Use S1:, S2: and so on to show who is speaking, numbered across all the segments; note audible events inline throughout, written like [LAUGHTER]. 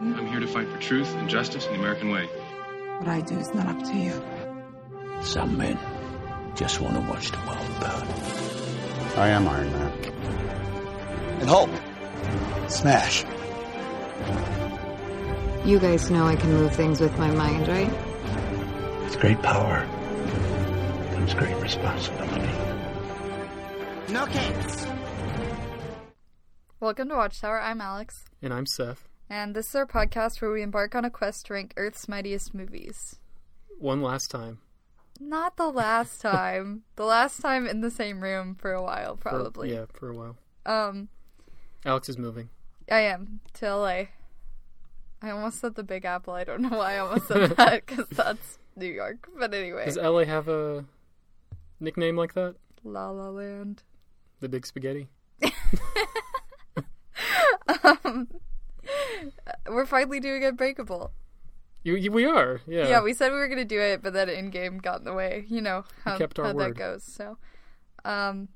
S1: I'm here to fight for truth and justice in the American way.
S2: What I do is not up to you.
S3: Some men just want to watch the world burn.
S4: I am Iron Man.
S5: And Hulk. Smash.
S6: You guys know I can move things with my mind, right?
S3: With great power comes great responsibility.
S7: Welcome to Watchtower. I'm Alex,
S8: And I'm Seth.
S7: and this is our podcast where we embark on a quest to rank Earth's mightiest movies.
S8: One last time.
S7: Not the
S8: [LAUGHS]
S7: last time. the last time in the same room for a while,
S8: For-
S7: probably.
S8: yeah, for a while.
S7: Um,
S8: Alex is moving.
S7: I am to LA. I almost said the Big Apple. I don't know why I almost
S8: [LAUGHS]
S7: said that because that's New York. But anyway,
S8: Does LA have a nickname like that?
S7: La La Land.
S8: The Big Spaghetti?
S7: We're finally doing Unbreakable.
S8: You, you, we are, yeah.
S7: Yeah, we said we were gonna do it, but then in game got in the way. You know how,
S8: kept our
S7: how that
S8: word.
S7: goes. So, um,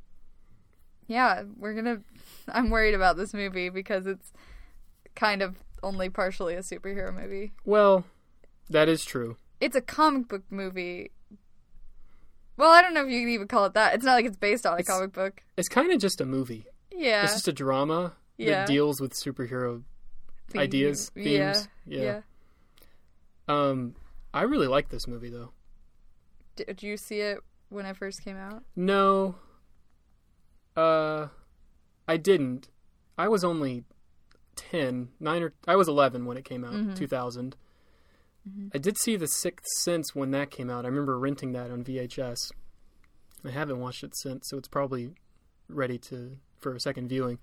S7: yeah, we're gonna. I'm worried about this movie because it's kind of only partially a superhero movie.
S8: Well, that is true.
S7: It's a comic book movie. Well, I don't know if you can even call it that. It's not like it's based on a comic book.
S8: It's kind of just a movie.
S7: Yeah,
S8: It's just a drama
S7: Yeah.
S8: that deals with superhero
S7: Theme.
S8: ideas,
S7: Yeah,
S8: themes. Yeah.
S7: yeah.
S8: Um, I really like this movie, though.
S7: Did you see it when it first came out?
S8: No. Uh, I didn't. I was only 10, 9 or I was 11 when it came out, 2000. I did see The Sixth Sense when that came out. I remember renting that on VHS. I haven't watched it since, so it's probably ready to for a second viewing.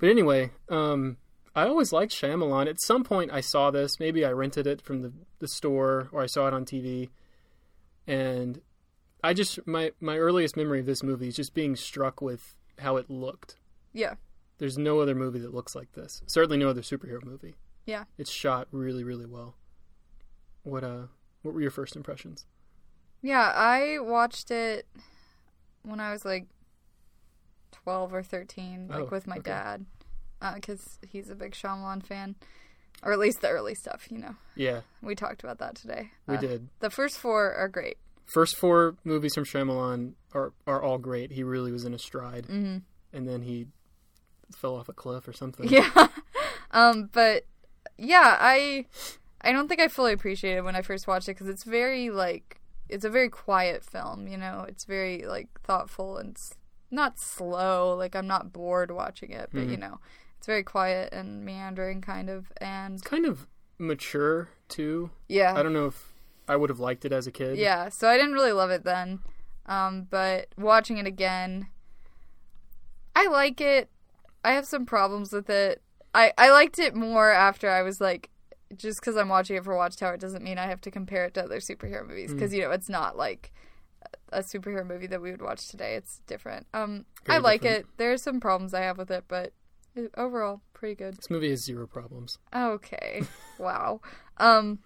S8: But anyway, um I always liked Shyamalan. At some point I saw this, maybe I rented it from the, the store or I saw it on TV and I just my my earliest memory of this movie is just being struck with how it looked.
S7: Yeah,
S8: There's no other movie that looks like this. Certainly no other superhero movie.
S7: yeah.
S8: It's shot really really well. What uh what were your first impressions?
S7: Yeah, I watched it when I was like 12 or 13, like
S8: Oh,
S7: with my
S8: okay.
S7: dad, because he's a big Shyamalan fan, or at least the early stuff, you know.
S8: Yeah,
S7: We talked about that today.
S8: we
S7: Uh,
S8: did.
S7: The first four are great.
S8: First four movies from Shyamalan are are all great. He really was in a stride. Mm-hmm. And then he fell off a cliff or [LAUGHS] something.
S7: Yeah. um, but yeah, I I don't think I fully appreciated it when I first watched it because it's very like it's a very quiet film. You know, it's very like thoughtful and s- not slow. Like I'm not bored watching it, but you know, it's very quiet and meandering kind of. And
S8: Kind of mature too.
S7: yeah,
S8: I don't know if I would have liked it as a kid.
S7: Yeah, so I didn't really love it then. Um, but watching it again, I like it. I have some problems with it. I, I liked it more after I was like, just because I'm watching it for Watchtower doesn't mean I have to compare it to other superhero
S8: Mm.
S7: movies. Because, you know, it's not like a superhero movie that we would watch today. It's different. Um, I
S8: Very
S7: like
S8: different.
S7: it. There are some problems I have with it, but it- overall, pretty good.
S8: This movie has zero problems.
S7: Okay. wow. Um,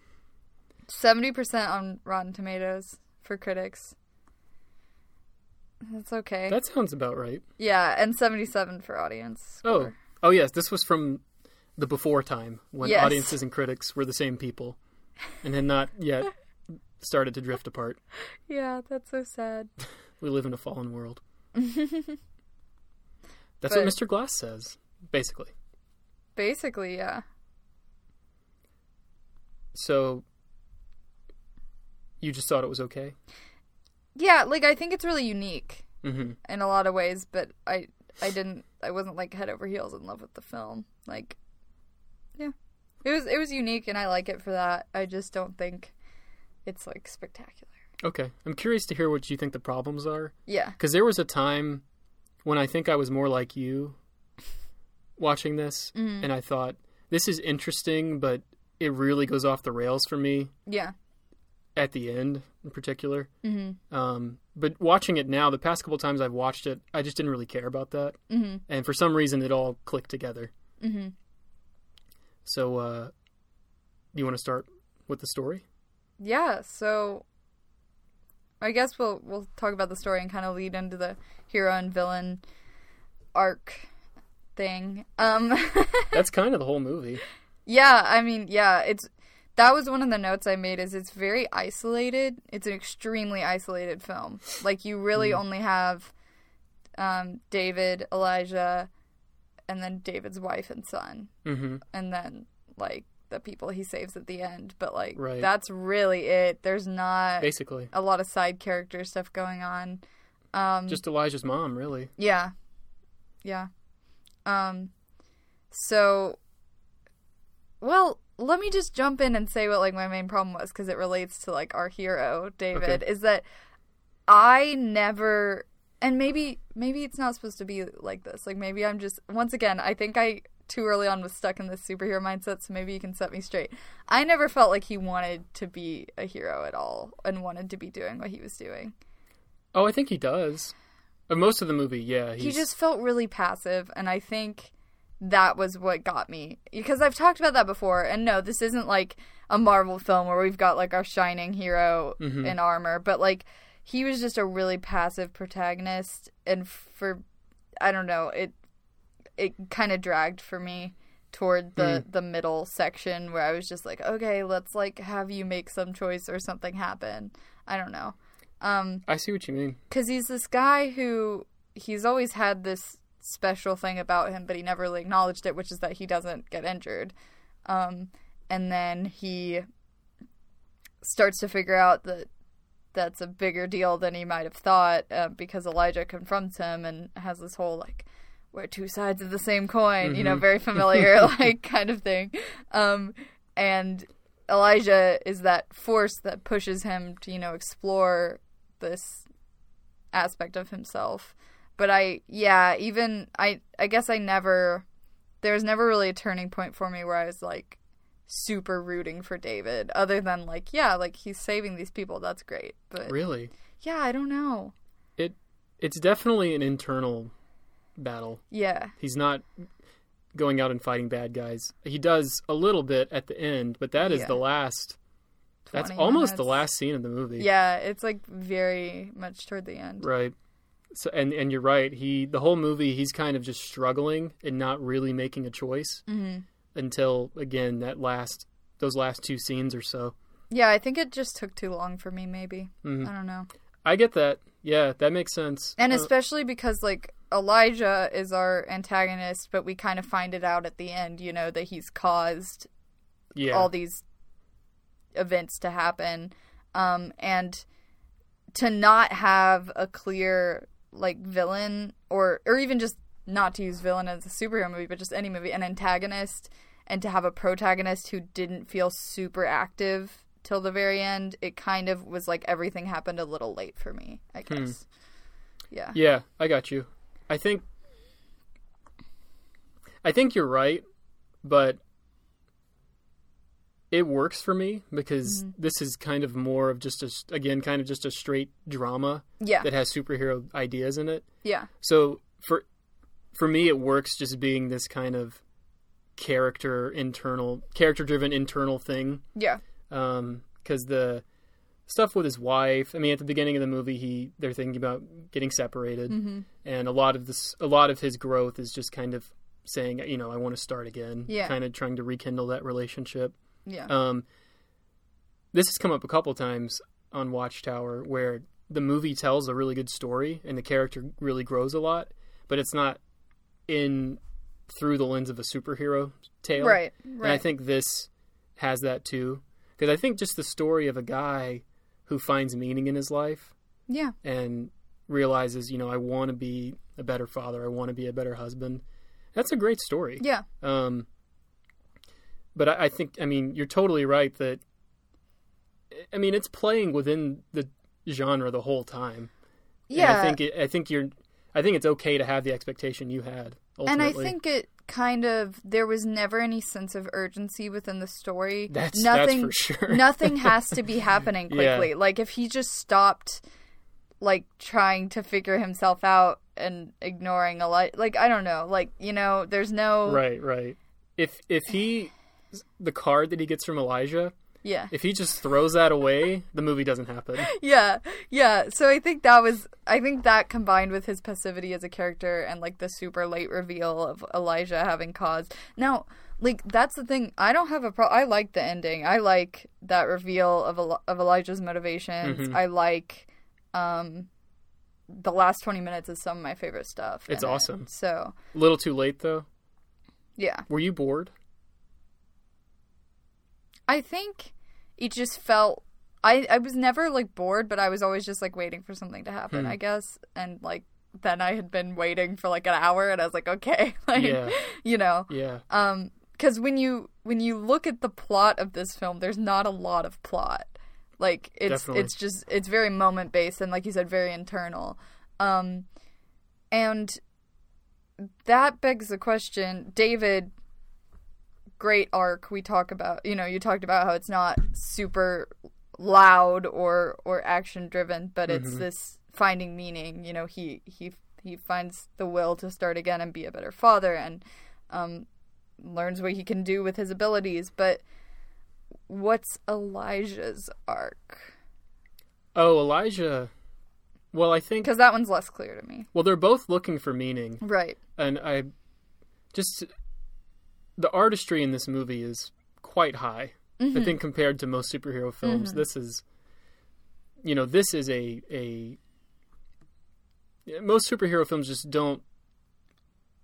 S7: seventy percent on Rotten Tomatoes for critics. That's okay.
S8: That sounds about right.
S7: yeah, and seventy-seven for audience.
S8: Oh,
S7: score.
S8: oh yes, this was from the before time when
S7: Yes.
S8: audiences and critics were the same people, and had not yet started to drift apart.
S7: yeah, that's so sad.
S8: We live in a
S7: [LAUGHS]
S8: fallen world. That's
S7: But-
S8: what Mr. Glass says, basically.
S7: Basically, yeah.
S8: So you just thought it was okay.
S7: Yeah, like I think it's really unique
S8: hmm
S7: in a lot of ways, but I, I didn't, I wasn't like head over heels in love with the film. Like, yeah, it was, it was unique, and I like it for that. I just don't think it's like spectacular.
S8: Okay, I'm curious to hear what you think the problems are.
S7: Yeah.
S8: Because there was a time when I think I was more like you watching this, and I thought, this is interesting, but it really goes off the rails for me
S7: Yeah.
S8: at the end in particular. Mm-hmm. Um, but watching it now, the past couple times I've watched it, I just didn't really care about that. Mm-hmm. And for some reason, it all clicked together. Mm-hmm. So, uh, you want to start with the story?
S7: yeah so i guess we'll we'll talk about the story and kind of lead into the hero and villain arc thing um
S8: [LAUGHS] That's kind of the whole movie.
S7: [LAUGHS] Yeah, I mean, yeah, it's that was one of the notes I made is it's very isolated. It's an extremely isolated film. Like you really only have um, David, Elijah, and then David's wife and son,
S8: Mm-hmm.
S7: and then like the people he saves at the end. But like
S8: Right.
S7: that's really it. There's not
S8: Basically,
S7: a lot of side character stuff going on. Um,
S8: just Elijah's mom, really.
S7: yeah. Yeah. Um so well, let me just jump in and say what like my main problem was cuz it relates to like our hero David is that I never and maybe maybe it's not supposed to be like this. Like maybe I'm just once again, I think I too early on was stuck in this superhero mindset, so maybe you can set me straight. I never felt like he wanted to be a hero at all and wanted to be doing what he was doing.
S8: Oh, I think he does. Of most of the movie, yeah. He's,
S7: he just felt really passive and i think that was what got me because i've talked about that before and no this isn't like a marvel film where we've got like our shining hero
S8: Mm-hmm.
S7: in armor but like he was just a really passive protagonist and for i don't know it it kind of dragged for me toward the
S8: Mm.
S7: the middle section where i was just like okay let's like have you make some choice or something happen i don't know Um,
S8: I see what you mean.
S7: because he's this guy who he's always had this special thing about him, but he never really acknowledged it, which is that he doesn't get injured. Um, and then he starts to figure out that that's a bigger deal than he might have thought uh, because Elijah confronts him and has this whole like we're two sides of the same coin, you know, very familiar [LAUGHS] like kind of thing. Um, and Elijah is that force that pushes him to you know explore this aspect of himself. But I, yeah, even I, I guess I never, there was never really a turning point for me where I was like super rooting for David, other than like, yeah, like he's saving these people. That's great. But
S8: Really,
S7: yeah, I don't know.
S8: it it's definitely an internal battle.
S7: Yeah.
S8: He's not going out and fighting bad guys. He does a little bit at the end, but that is
S7: Yeah.
S8: the last. That's
S7: 20
S8: almost the
S7: minutes.
S8: last scene of the movie.
S7: Yeah. It's like very much toward the end.
S8: Right. So and and you're right. He the whole movie he's kind of just struggling and not really making a choice
S7: Mm-hmm.
S8: until again that last those last two scenes or so.
S7: Yeah. I think it just took too long for me, maybe.
S8: Mm-hmm.
S7: I don't know.
S8: I get that. Yeah, that makes sense.
S7: And
S8: Uh,
S7: especially because like Elijah is our antagonist, but we kind of find it out at the end, you know, that he's caused
S8: yeah,
S7: all these events to happen um and to not have a clear like villain or or even just not to use villain as a superhero movie but just any movie an antagonist and to have a protagonist who didn't feel super active till the very end it kind of was like everything happened a little late for me i
S8: Hmm.
S7: guess yeah
S8: Yeah, I got you. I think I think you're right, but it works for me because this is kind of more of just a s- again kind of just a straight drama
S7: yeah
S8: that has superhero ideas in it.
S7: yeah
S8: So for for me, it works just being this kind of character internal, character driven internal thing.
S7: yeah
S8: Because the stuff with his wife, I mean, at the beginning of the movie, he they're thinking about getting separated,
S7: Mm-hmm.
S8: and a lot of this, a lot of his growth is just kind of saying, you know, I want to start again.
S7: Yeah.
S8: Kind of trying to rekindle that relationship.
S7: yeah
S8: Um, this has come up a couple times on Watchtower where the movie tells a really good story and the character really grows a lot, but it's not in through the lens of a superhero tale.
S7: right
S8: And I
S7: right
S8: think this has that too. Because I think just the story of a guy who finds meaning in his life
S7: yeah
S8: and realizes, you know, I want to be a better father, I want to be a better husband. That's a great story.
S7: yeah
S8: Um, but I, I think, I mean, you're totally right that, I mean, it's playing within the genre the whole time. And
S7: yeah
S8: I think, it, I think you're, I think it's okay to have the expectation you had.
S7: And
S8: Ultimately.
S7: I think it kind of there was never any sense of urgency within the story.
S8: That's- that's
S7: nothing
S8: for
S7: [LAUGHS]
S8: sure. [LAUGHS]
S7: nothing has to be happening
S8: Yeah.
S7: quickly. Like if he just stopped like trying to figure himself out and ignoring a lot like I don't know. Like, you know, there's no
S8: Right, right. If, if he, the card that he gets from Elijah,
S7: yeah.
S8: if he just throws that away, the movie
S7: [LAUGHS]
S8: doesn't happen.
S7: yeah yeah so i think that was i think that combined with his passivity as a character and like the super late reveal of elijah having caused now like that's the thing. I don't have a pro. I like the ending. I like that reveal of Eli- of Elijah's motivations.
S8: Mhm.
S7: I like um the last 20 minutes is some of my favorite stuff.
S8: It's
S7: in it.
S8: awesome.
S7: So,
S8: little too late though.
S7: yeah.
S8: Were you bored?
S7: I think it just felt I I was never like bored, but I was always just like waiting for something to happen, I guess. And like then I had been waiting for like an hour and I was like, okay, [LAUGHS] like
S8: Yeah.
S7: you know.
S8: Yeah.
S7: Um cuz when you when you look at the plot of this film, there's not a lot of plot. Like it's
S8: Definitely.
S7: it's just it's very moment based and like you said very internal. Um and that begs the question, David great arc we talk about you know you talked about how it's not super loud or or action driven but it's this finding meaning you know he he he finds the will to start again and be a better father and um learns what he can do with his abilities but what's elijah's arc
S8: Oh, Elijah. Well, I think
S7: because that one's less clear to me
S8: well they're both looking for meaning,
S7: right
S8: and I just the artistry in this movie is quite high. I think compared to most superhero films, this is you know this is a a most superhero films just don't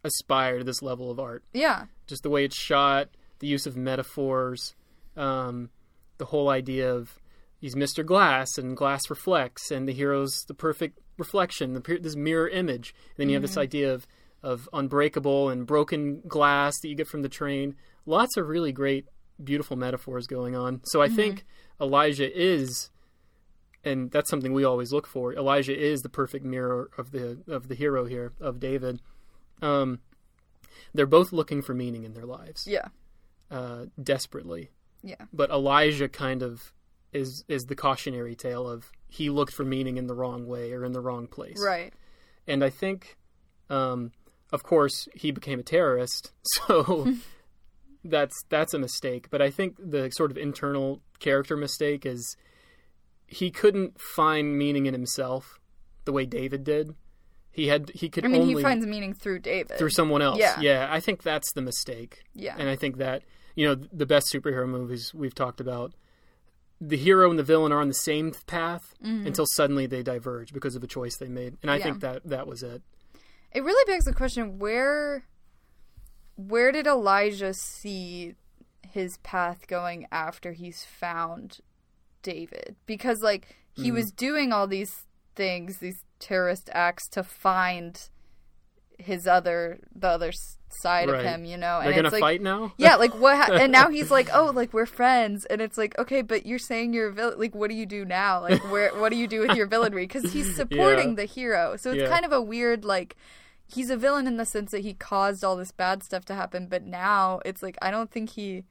S8: aspire to this level of art.
S7: yeah
S8: just the way it's shot, the use of metaphors, um, the whole idea of he's Mr. Glass and glass reflects, and the hero's the perfect reflection, the, per- this mirror image. And then you have this idea of of unbreakable and broken glass that you get from the train. Lots of really great, beautiful metaphors going on. So I think Elijah is. And that's something we always look for. Elijah is the perfect mirror of the of the hero here of David. Um, they're both looking for meaning in their lives
S7: yeah
S8: uh, desperately
S7: yeah
S8: but elijah kind of is is the cautionary tale of he looked for meaning in the wrong way or in the wrong place
S7: right
S8: and i think um, of course he became a terrorist [LAUGHS]
S7: [LAUGHS]
S8: so that's that's a mistake but i think the sort of internal character mistake is he couldn't find meaning in himself the way david did he had he could
S7: i mean
S8: only
S7: he finds meaning through david
S8: through someone else.
S7: Yeah.
S8: I think that's the mistake.
S7: Yeah.
S8: And I think that, you know, the best superhero movies we've talked about, the hero and the villain are on the same path until suddenly they diverge because of a choice they made. And I
S7: Mm-hmm. Yeah.
S8: think that that was it.
S7: it really begs the question where where did elijah see his path going after he's found david because like he
S8: Mm-hmm.
S7: was doing all these things these terrorist acts to find his other the other s- side
S8: Right.
S7: of him you know and
S8: They're going
S7: it's
S8: to
S7: like
S8: fight now?
S7: yeah like what ha- and now he's
S8: [LAUGHS]
S7: like oh like we're friends and it's like okay but you're saying you're a villain like what do you do now like where what do you do with your villainry because
S8: [LAUGHS]
S7: he's supporting the hero so it's
S8: Yeah.
S7: kind of a weird like he's a villain in the sense that he caused all this bad stuff to happen but now it's like i don't think he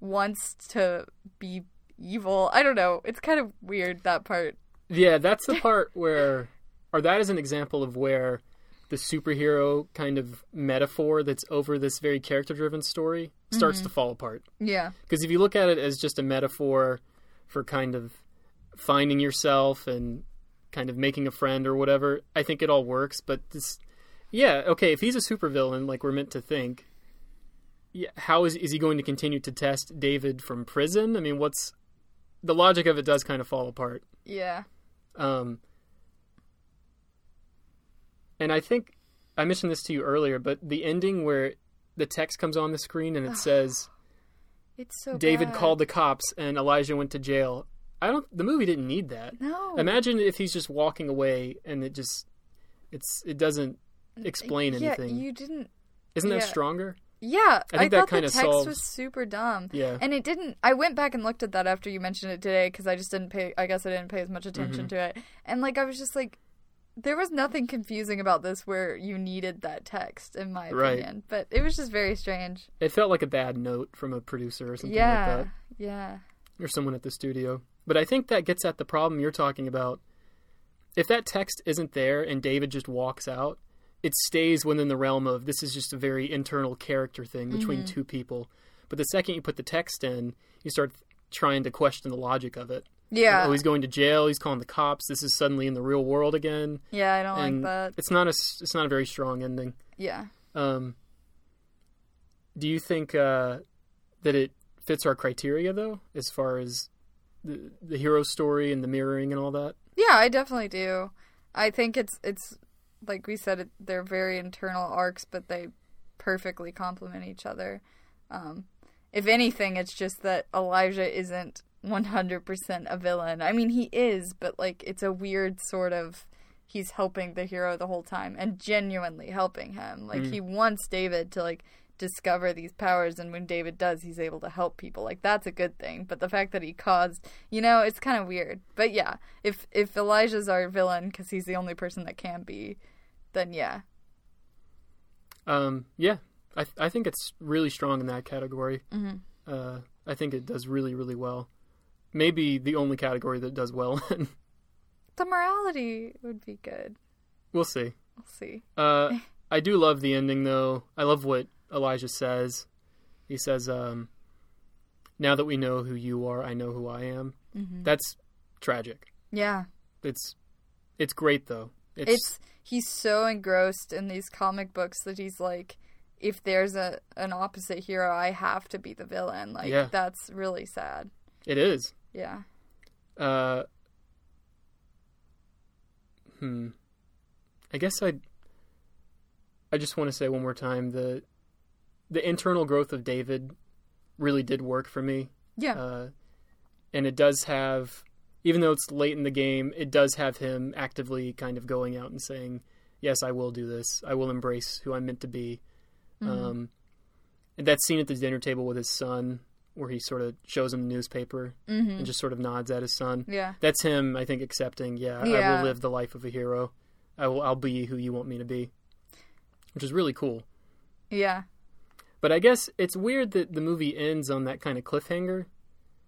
S7: wants to be evil i don't know it's kind of weird that part
S8: Yeah, that's the part [LAUGHS] where, or that is an example of where the superhero kind of metaphor that's over this very character driven story starts
S7: Mm-hmm.
S8: to fall apart.
S7: yeah
S8: because if you look at it as just a metaphor for kind of finding yourself and kind of making a friend or whatever, I think it all works. But this, yeah, okay, if he's a supervillain, like we're meant to think, yeah, how is is he going to continue to test David from prison? I mean, what's the logic of it does kind of fall apart.
S7: yeah
S8: Um, and I think I mentioned this to you earlier, but the ending where the text comes on the screen and it says.
S7: it's so
S8: David
S7: bad.
S8: called the cops and Elijah went to jail. I don't. The movie didn't need that.
S7: no
S8: Imagine if he's just walking away and it just, it's it doesn't explain
S7: yeah
S8: anything.
S7: you didn't
S8: Isn't that
S7: yeah.
S8: stronger?
S7: Yeah,
S8: I
S7: I,
S8: think that
S7: thought
S8: kinda
S7: the text
S8: solves-
S7: was super dumb.
S8: Yeah.
S7: and it didn't. I went back and looked at that after you mentioned it today because I just didn't pay. I guess I didn't pay as much attention to
S8: Mm-hmm.
S7: it. And like I was just like, there was nothing confusing about this where you needed that text, in my
S8: Right.
S7: opinion. But it was just very strange.
S8: It felt like a bad note from a producer or something
S7: yeah,
S8: like
S7: yeah,
S8: that, or someone at the studio. But I think that gets at the problem you're talking about. If that text isn't there and David just walks out, it stays within the realm of this is just a very internal character thing between
S7: Mm-hmm.
S8: two people. But the second you put the text in, you start trying to question the logic of it.
S7: yeah,
S8: Oh, he's going to jail. He's calling the cops. This is suddenly in the real world again.
S7: yeah. I don't like
S8: and
S7: that.
S8: It's not a s- it's not a very strong ending.
S7: Yeah,
S8: Um, Do you think uh, that it fits our criteria though, as far as the, the hero story and the mirroring and all that?
S7: Yeah, I definitely do. I think it's it's like we said, it, they're very internal arcs, but they perfectly complement each other. Um, if anything, it's just that Elijah isn't 100% a villain. I mean, he is, but like it's a weird sort of he's helping the hero the whole time and genuinely helping him. Like
S8: Mm.
S7: he wants David to like discover these powers and when David does, he's able to help people. Like that's a good thing, but the fact that he caused, you know, it's kind of weird. But yeah, if if Elijah's our villain cuz he's the only person that can be, then yeah.
S8: Um, yeah, I th- I think it's really strong in that category. Uh, I think it does really really well. Maybe the only category that does well. [LAUGHS] in.
S7: The morality would be good.
S8: we'll see.
S7: We'll see.
S8: Uh, I do love the ending though. I love what Elijah says. He says, um, "Now that we know who you are, I know who I am." That's tragic.
S7: Yeah.
S8: It's it's great though. It's,
S7: it's he's so engrossed in these comic books that he's like if there's a an opposite hero i have to be the villain like
S8: Yeah.
S7: that's really sad
S8: it is.
S7: yeah
S8: Uh, hmm. I guess I. I just want to say one more time the the internal growth of David really did work for me,
S7: yeah
S8: uh, and it does have, even though it's late in the game, it does have him actively kind of going out and saying, "Yes, I will do this. I will embrace who I'm meant to be." Um, and that scene at the dinner table with his son, where he sort of shows him the newspaper and just sort of nods at his son
S7: yeah
S8: that's him i think accepting yeah, i
S7: Yeah.
S8: will live the life of a hero i will i'll be who you want me to be which is really cool
S7: yeah
S8: but i guess it's weird that the movie ends on that kind of cliffhanger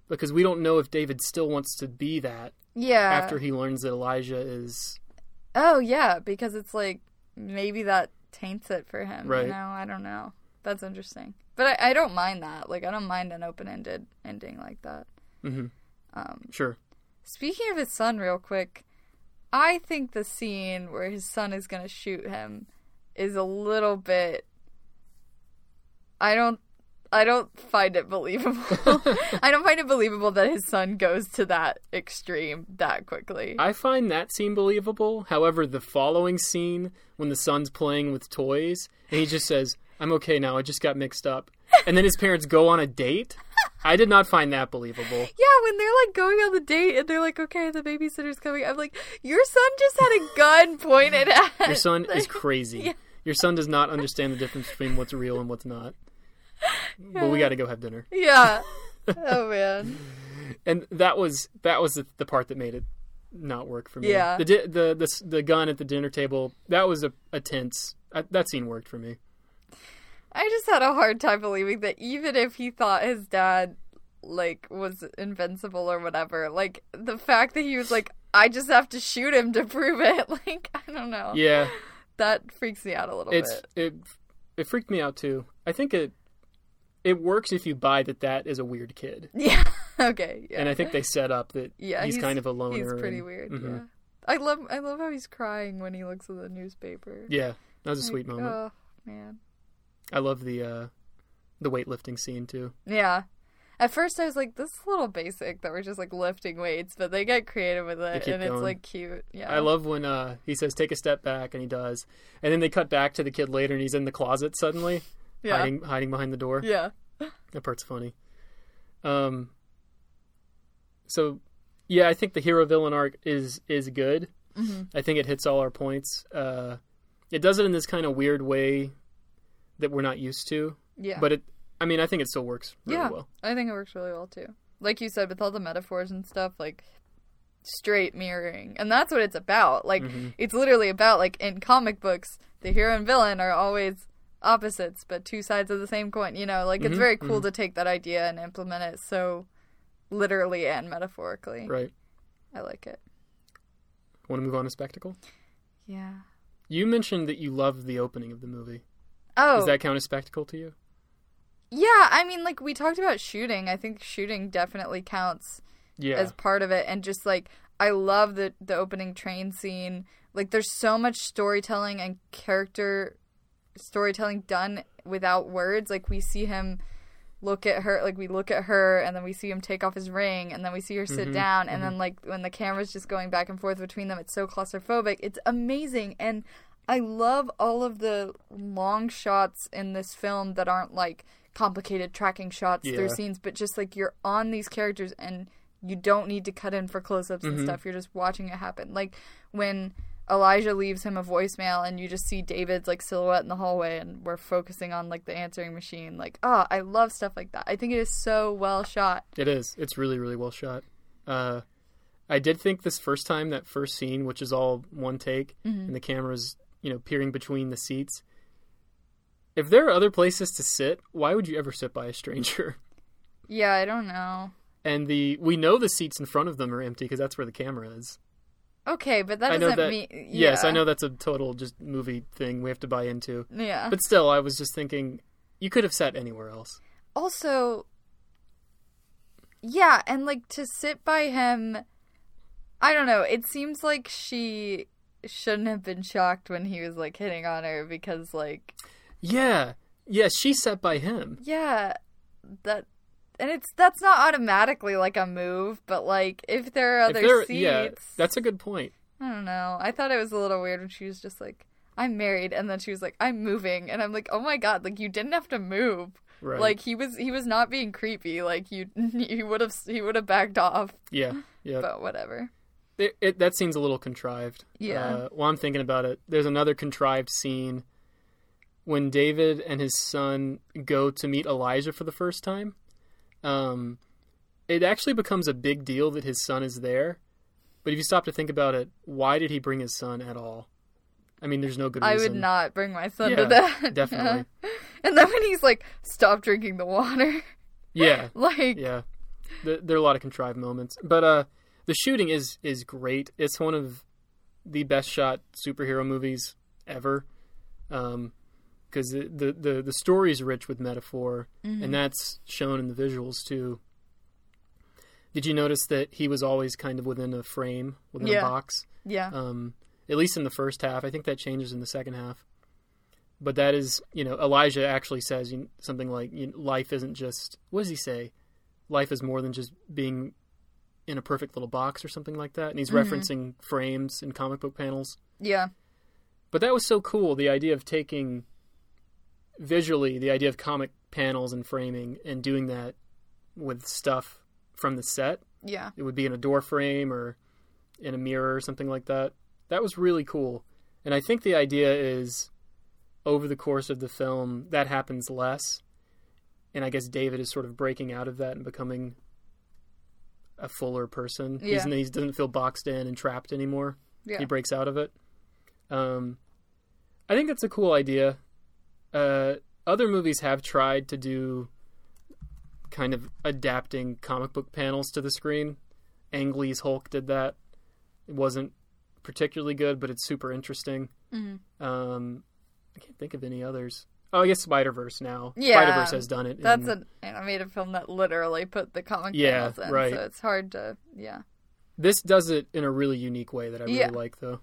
S8: because we don't know if david still wants to be that
S7: yeah
S8: after he learns that elijah is
S7: oh yeah because it's like maybe that taints it for him
S8: Right.
S7: you know i don't know that's interesting but i, I don't mind that like i don't mind an open-ended ending like that
S8: sure
S7: Speaking of his son, real quick, I think the scene where his son is going to shoot him is a little bit. I don't. I don't find it believable.
S8: [LAUGHS]
S7: [LAUGHS] I don't find it believable that his son goes to that extreme that quickly.
S8: i find that scene believable however the following scene when the son's playing with toys and he just says i'm okay now i just got mixed up and then his parents go on a date i did not find that believable
S7: Yeah, when they're like going on the date and they're like, "Okay, the babysitter's coming," I'm like, "Your son just had a
S8: [LAUGHS]
S7: gun pointed at." [LAUGHS]
S8: Your son is crazy. Your son does not understand the difference between what's real and what's not. But we got to go have dinner. [LAUGHS]
S7: yeah. Oh man.
S8: And that was that was the, the part that made it not work for me.
S7: Yeah.
S8: The di- the the, s- the gun at the dinner table that was a, a tense. I, that scene worked for me.
S7: I just had a hard time believing that even if he thought his dad like was invincible or whatever, like the fact that he was like, I just have to shoot him to prove it. [LAUGHS] Like Oh, I don't know.
S8: Yeah.
S7: That freaks me out a little
S8: It's
S7: bit. [LAUGHS]
S8: it it freaked me out too. I think it it works if you buy that that is a weird kid.
S7: Yeah. okay. Yeah.
S8: And I think they set up that
S7: [LAUGHS] yeah.
S8: he's, kind of a loner.
S7: He's pretty
S8: and-
S7: weird.
S8: Mhm.
S7: Yeah. I love I love how he's crying when he looks at the newspaper.
S8: Yeah. That was a sweet
S7: Like,
S8: moment.
S7: Oh man.
S8: I love the uh the weightlifting scene too.
S7: Yeah. At first, I was like, "This is a little basic that we're just like lifting weights," but they get creative with it,
S8: keep
S7: and
S8: going.
S7: it's like cute. Yeah,
S8: I love when uh, he says, "Take a step back," and he does, and then they cut back to the kid later, and he's in the closet suddenly,
S7: yeah.
S8: hiding hiding behind the door.
S7: Yeah.
S8: That part's funny. Um. So, yeah, I think the hero villain arc is is good.
S7: Mm-hmm.
S8: I think it hits all our points. Uh, it does it in this kind of weird way that we're not used to,
S7: Yeah.
S8: but it. I mean, I think it still works really
S7: yeah.
S8: well.
S7: I think it works really well too. Like you said, with all the metaphors and stuff, like straight mirroring. And that's what it's about. Like
S8: Mm-hmm.
S7: it's literally about like in comic books, the hero and villain are always opposites but two sides of the same coin. You know, like
S8: Mm-hmm.
S7: it's very cool to take that idea and implement it so literally and metaphorically.
S8: Right.
S7: I like it.
S8: Want to move on to spectacle?
S7: Yeah.
S8: You mentioned that you loved the opening of the movie.
S7: Oh,
S8: Does that count as spectacle to you?
S7: yeah. I mean, like we talked about shooting. I think shooting definitely counts
S8: Yeah.
S7: as part of it and just like I love the the opening train scene. Like there's so much storytelling and character storytelling done without words. Like we see him look at her, like we look at her, and then we see him take off his ring, and then we see her sit down, and then like when the camera's just going back and forth between them, it's so claustrophobic. It's amazing, and I love all of the long shots in this film that aren't like complicated tracking shots through
S8: Yeah.
S7: scenes, but just like you're on these characters and you don't need to cut in for close ups
S8: Mm-hmm.
S7: and stuff. You're just watching it happen. Like when Elijah leaves him a voicemail and you just see David's like silhouette in the hallway and we're focusing on like the answering machine. Like, ah, I love stuff like that. I think it is so well shot.
S8: It is. It's really, really well shot. Uh, I did think this first time that first scene, which is all one take,
S7: Mm-hmm.
S8: and the camera's you know peering between the seats. If there are other places to sit, why would you ever sit by a stranger? [LAUGHS]
S7: Yeah, I don't know.
S8: And the we know the seats in front of them are empty because that's where the camera is.
S7: Okay, but that
S8: I
S7: doesn't
S8: know that.
S7: mean.
S8: Yes,
S7: yeah.
S8: I know that's a total just movie thing we have to buy into.
S7: Yeah.
S8: But still, I was just thinking, you could have sat anywhere else.
S7: also yeah and like to sit by him i don't know it seems like she shouldn't have been shocked when he was like hitting on her because like
S8: Yeah, yeah, she sat by him.
S7: yeah that and it's that's not automatically like a move but like if there are
S8: If
S7: other
S8: there-
S7: seats
S8: Yeah, that's a good point.
S7: i don't know i thought it was a little weird when she was just like i'm married and then she was like i'm moving and i'm like oh my god like you didn't have to move
S8: Right.
S7: Like he was, he was not being creepy. Like you, [LAUGHS] he would have, he would have backed off.
S8: yeah, yeah.
S7: But whatever.
S8: it, it, that seems a little contrived.
S7: Yeah.
S8: Uh, while I'm thinking about it, there's another contrived scene when David and his son go to meet Elijah for the first time. Um, it actually becomes a big deal that his son is there. But if you stop to think about it, why did he bring his son at all? I mean, there's no good
S7: I
S8: reason.
S7: would not bring my son
S8: Yeah,
S7: to that. [LAUGHS]
S8: definitely.
S7: and then when he's like, "Stop drinking the water," [LAUGHS]
S8: Yeah.
S7: like
S8: yeah Th there are a lot of contrived moments but uh the shooting is is great it's one of the best shot superhero movies ever um because the, the the the story is rich with metaphor
S7: Mm-hmm.
S8: and that's shown in the visuals too did you notice that he was always kind of within a frame within
S7: Yeah.
S8: a box
S7: yeah,
S8: um, at least in the first half. I think that changes in the second half. But that is, you know, Elijah actually says you something like, you "Life isn't just." What does he say? Life is more than just being in a perfect little box or something like that. And he's referencing frames and comic book panels.
S7: yeah,
S8: But that was so cool. The idea of taking visually the idea of comic panels and framing and doing that with stuff from the set
S7: yeah.
S8: it would be in a door frame or in a mirror or something like that. That was really cool. And I think the idea is over the course of the film, that happens less. And I guess David is sort of breaking out of that and becoming a fuller person. He's,
S7: Yeah.
S8: he doesn't feel boxed in and trapped anymore.
S7: Yeah.
S8: He breaks out of it. Um, I think that's a cool idea. Uh, other movies have tried to do kind of adapting comic book panels to the screen. Ang Lee's Hulk did that. It wasn't particularly good, but it's super interesting.
S7: Mm-hmm.
S8: Um, I can't think of any others. Oh, I guess Spider Verse now.
S7: Yeah.
S8: Spider Verse has done it.
S7: That's
S8: in-
S7: an animated film that literally put the comic
S8: Yeah,
S7: panels in,
S8: right.
S7: so it's hard to yeah.
S8: This does it in a really unique way that I really
S7: Yeah.
S8: like, though.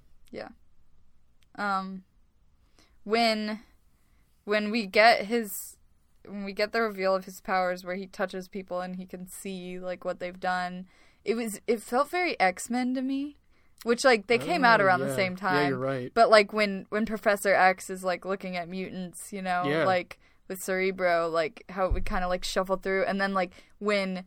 S7: um when when we get his when we get the reveal of his powers where he touches people and he can see like what they've done it was it felt very x-men to me which like they came out
S8: Oh,
S7: around
S8: yeah.
S7: the same
S8: Yeah,
S7: time
S8: you're right.
S7: but like when when professor x is like looking at mutants you know
S8: Yeah.
S7: like with cerebro like how it would kind of like shuffle through and then like when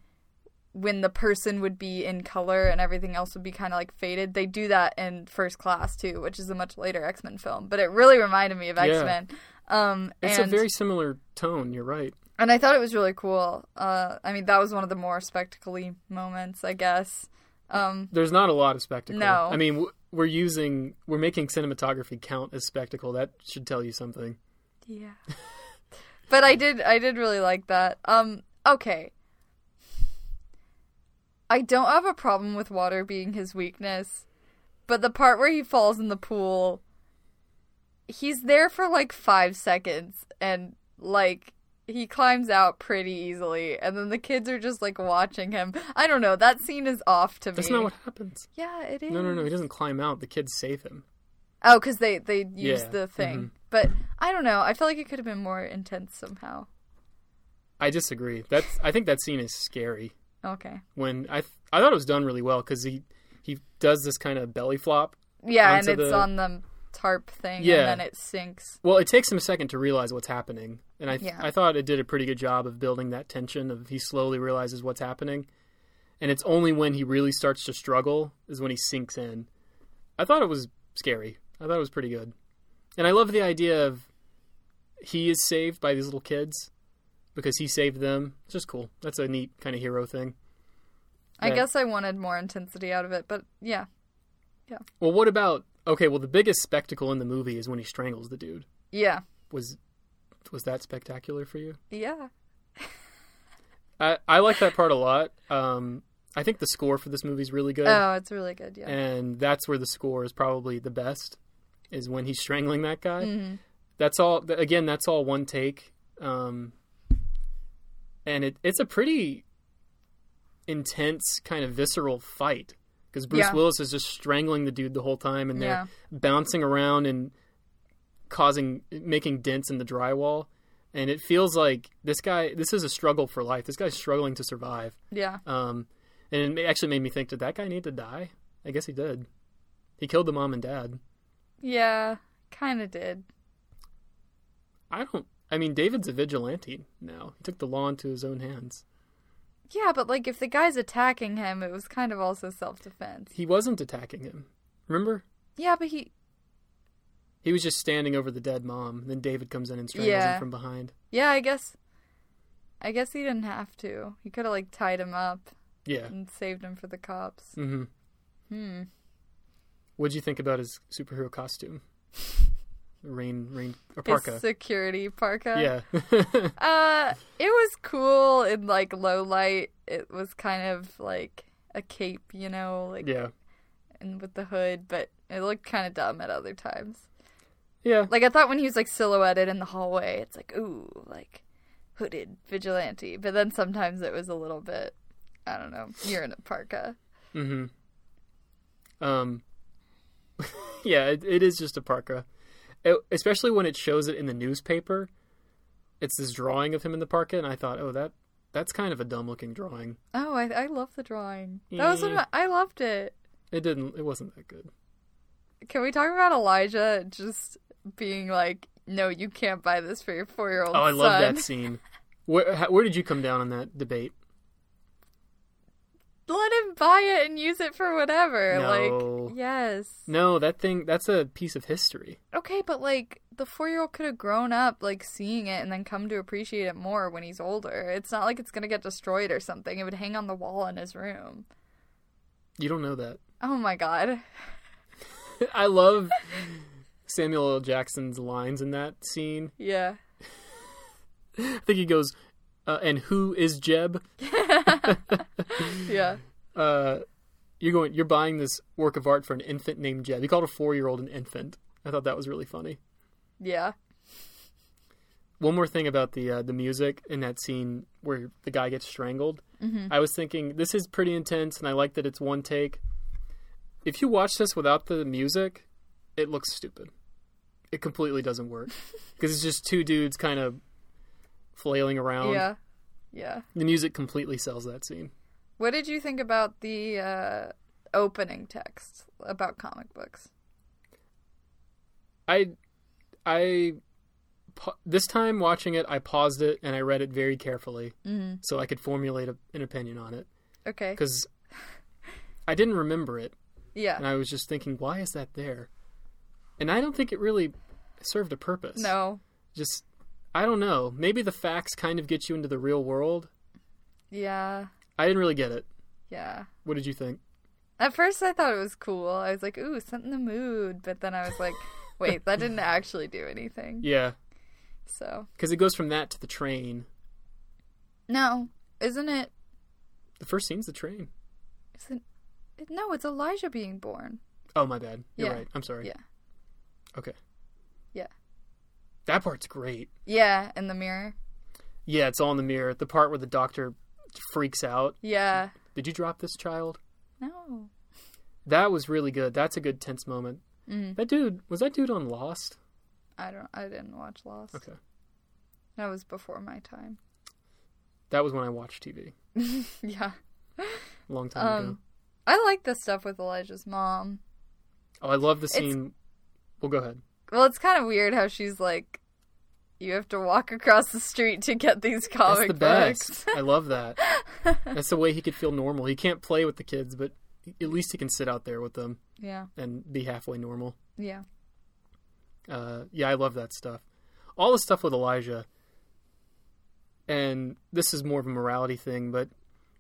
S7: when the person would be in color and everything else would be kind of like faded. They do that in First Class too, which is a much later X Men film. But it really reminded me of
S8: Yeah.
S7: X Men. Um,
S8: It's
S7: and
S8: a very similar tone. You're right.
S7: and I thought it was really cool. Uh, I mean, that was one of the more spectacly moments, I guess. Um,
S8: There's not a lot of spectacle.
S7: No.
S8: I mean, w- we're using, we're making cinematography count as spectacle. That should tell you something.
S7: yeah, [LAUGHS] but I did, I did really like that. Um, okay. I don't have a problem with water being his weakness, but the part where he falls in the pool, he's there for like five seconds and like he climbs out pretty easily, and then the kids are just like watching him. I don't know. That scene is off to
S8: That's
S7: me.
S8: not what happens.
S7: yeah, it is.
S8: No, no, no. He doesn't climb out. The kids save him.
S7: Oh, because they they use
S8: Yeah, mm-hmm.
S7: the thing. But I don't know. I feel like it could have been more intense somehow.
S8: I disagree. That's I think that scene is scary.
S7: Okay.
S8: When I th- I thought it was done really well because he he does this kind of belly flop.
S7: Yeah, and
S8: Onto
S7: it's
S8: the-
S7: on the tarp thing,
S8: Yeah.
S7: and then it sinks.
S8: Well, it takes him a second to realize what's happening, and I
S7: Yeah.
S8: I thought it did a pretty good job of building that tension of he slowly realizes what's happening, and it's only when he really starts to struggle is when he sinks in. I thought it was scary. I thought it was pretty good, and I love the idea of he is saved by these little kids because he saved them. It's just cool. That's a neat kind of hero thing.
S7: I
S8: Yeah.
S7: guess I wanted more intensity out of it, but yeah.
S8: Well, what about okay? Well, the biggest spectacle in the movie is when he strangles the dude.
S7: Yeah.
S8: Was was that spectacular for you?
S7: Yeah.
S8: I I like that part a lot. Um, I think the score for this movie is really good,
S7: Oh, it's really good. Yeah.
S8: and that's where the score is probably the best. Is when he's strangling that guy.
S7: Mm-hmm.
S8: That's all. th- Again, that's all one take. Um, and it it's a pretty intense kind of visceral fight because Bruce
S7: Yeah.
S8: Willis is just strangling the dude the whole time, and
S7: Yeah.
S8: they're bouncing around and causing making dents in the drywall. And it feels like this guy. This is a struggle for life. This guy's struggling to survive.
S7: Yeah.
S8: Um, and it ma- actually made me think: Did that guy need to die? I guess he did. He killed the mom and dad.
S7: Yeah. Kind of did.
S8: I don't. I mean, David's a vigilante now. He took the law into his own hands.
S7: Yeah, but like if the guy's attacking him, it was kind of also self defense.
S8: He wasn't attacking him. Remember,
S7: Yeah, but he.
S8: he was just standing over the dead mom. Then David comes in and strangles
S7: Yeah.
S8: him from behind.
S7: Yeah, I guess. I guess he didn't have to. He could have like tied him up
S8: Yeah.
S7: and saved him for the cops.
S8: Mm-hmm.
S7: Hmm.
S8: What'd you think about his
S7: [LAUGHS]
S8: superhero costume? Rain, rain,
S7: His
S8: or parka?
S7: security parka.
S8: Yeah. [LAUGHS]
S7: Uh, it was cool in like low light. It was kind of like a cape, you know, like
S8: yeah.
S7: and with the hood, but it looked kind of dumb at other times.
S8: Yeah.
S7: Like I thought when he was like silhouetted in the hallway, it's like ooh, like hooded vigilante. But then sometimes it was a little bit, I don't know, you're in a parka.
S8: Mm-hmm. Um. [LAUGHS] yeah, it, it is just a parka, It- especially when it shows it in the newspaper. It's this drawing of him in the parka, and I thought, oh, that that's kind of a dumb looking drawing.
S7: Oh, I I love the drawing. That was one of
S8: Yeah.
S7: my, I loved it.
S8: It didn't. It wasn't that good.
S7: Can we talk about Elijah just being like, no, you can't buy this for your four year old?
S8: Oh, I love
S7: son.
S8: that scene. Where how, where did you come down on that debate?
S7: let him buy it and use it for whatever.
S8: No.
S7: Like, yes.
S8: No, that thing. That's a piece of history.
S7: Okay, but like the four year old could have grown up like seeing it and then come to appreciate it more when he's older. It's not like it's gonna get destroyed or something. It would hang on the wall in his room.
S8: You don't know that. [LAUGHS]
S7: Oh my god. [LAUGHS]
S8: I love Samuel L. Jackson's lines in that scene.
S7: Yeah.
S8: I think he goes, uh, "And who is Jeb?"
S7: Yeah.
S8: uh, you're going you're buying this work of art for an infant named Jeb. He called a four year old an infant. I thought that was really funny.
S7: Yeah.
S8: One more thing about the uh, the music in that scene where the guy gets strangled. I was thinking this is pretty intense, and I like that it's one take. If you watch this without the music, it looks stupid. It completely doesn't work because it's just two dudes kind of flailing around.
S7: Yeah. Yeah.
S8: The music completely sells that scene.
S7: What did you think about the uh opening text about comic books?
S8: I, I, pa- this time watching it, I paused it and I read it very carefully
S7: Mm-hmm.
S8: so I could formulate a, an opinion on it
S7: Okay.
S8: because I didn't remember it and
S7: Yeah.
S8: I was just thinking, why is that there? And I don't think it really served a purpose.
S7: No.
S8: just I don't know. Maybe the facts kind of get you into the real world.
S7: Yeah.
S8: I didn't really get it.
S7: Yeah.
S8: What did you think?
S7: At first, I thought it was cool. I was like, ooh, setting the mood. But then I was
S8: [LAUGHS]
S7: like, wait, that didn't actually do anything.
S8: Yeah,
S7: So,
S8: because it goes from that to the train.
S7: no, isn't it?
S8: The first scene's the train.
S7: Isn't, no, it's Elijah being born.
S8: Oh my bad. You're
S7: Yeah.
S8: right. I'm sorry.
S7: Yeah.
S8: Okay.
S7: Yeah.
S8: That part's great.
S7: Yeah, in the mirror.
S8: Yeah, it's all in the mirror. The part where the doctor freaks out.
S7: Yeah.
S8: Did you drop this child?
S7: No.
S8: That was really good. That's a good tense moment. That dude was that dude on Lost?
S7: I don't. I didn't watch Lost.
S8: Okay.
S7: That was before my time. [LAUGHS]
S8: That was when I watched TV
S7: Yeah.
S8: a long time
S7: Um,
S8: ago.
S7: I like the stuff with Elijah's mom.
S8: Oh, I love the scene. Well, go ahead.
S7: Well, it's kind of weird how she's like, you have to walk across the street to get these
S8: That's
S7: comic
S8: the
S7: books.
S8: best. I love that. That's the way he could feel normal. He can't play with the kids, but at least he can sit out there with them
S7: Yeah.
S8: and be halfway normal.
S7: Yeah.
S8: uh, yeah, I love that stuff. All the stuff with Elijah, and this is more of a morality thing, but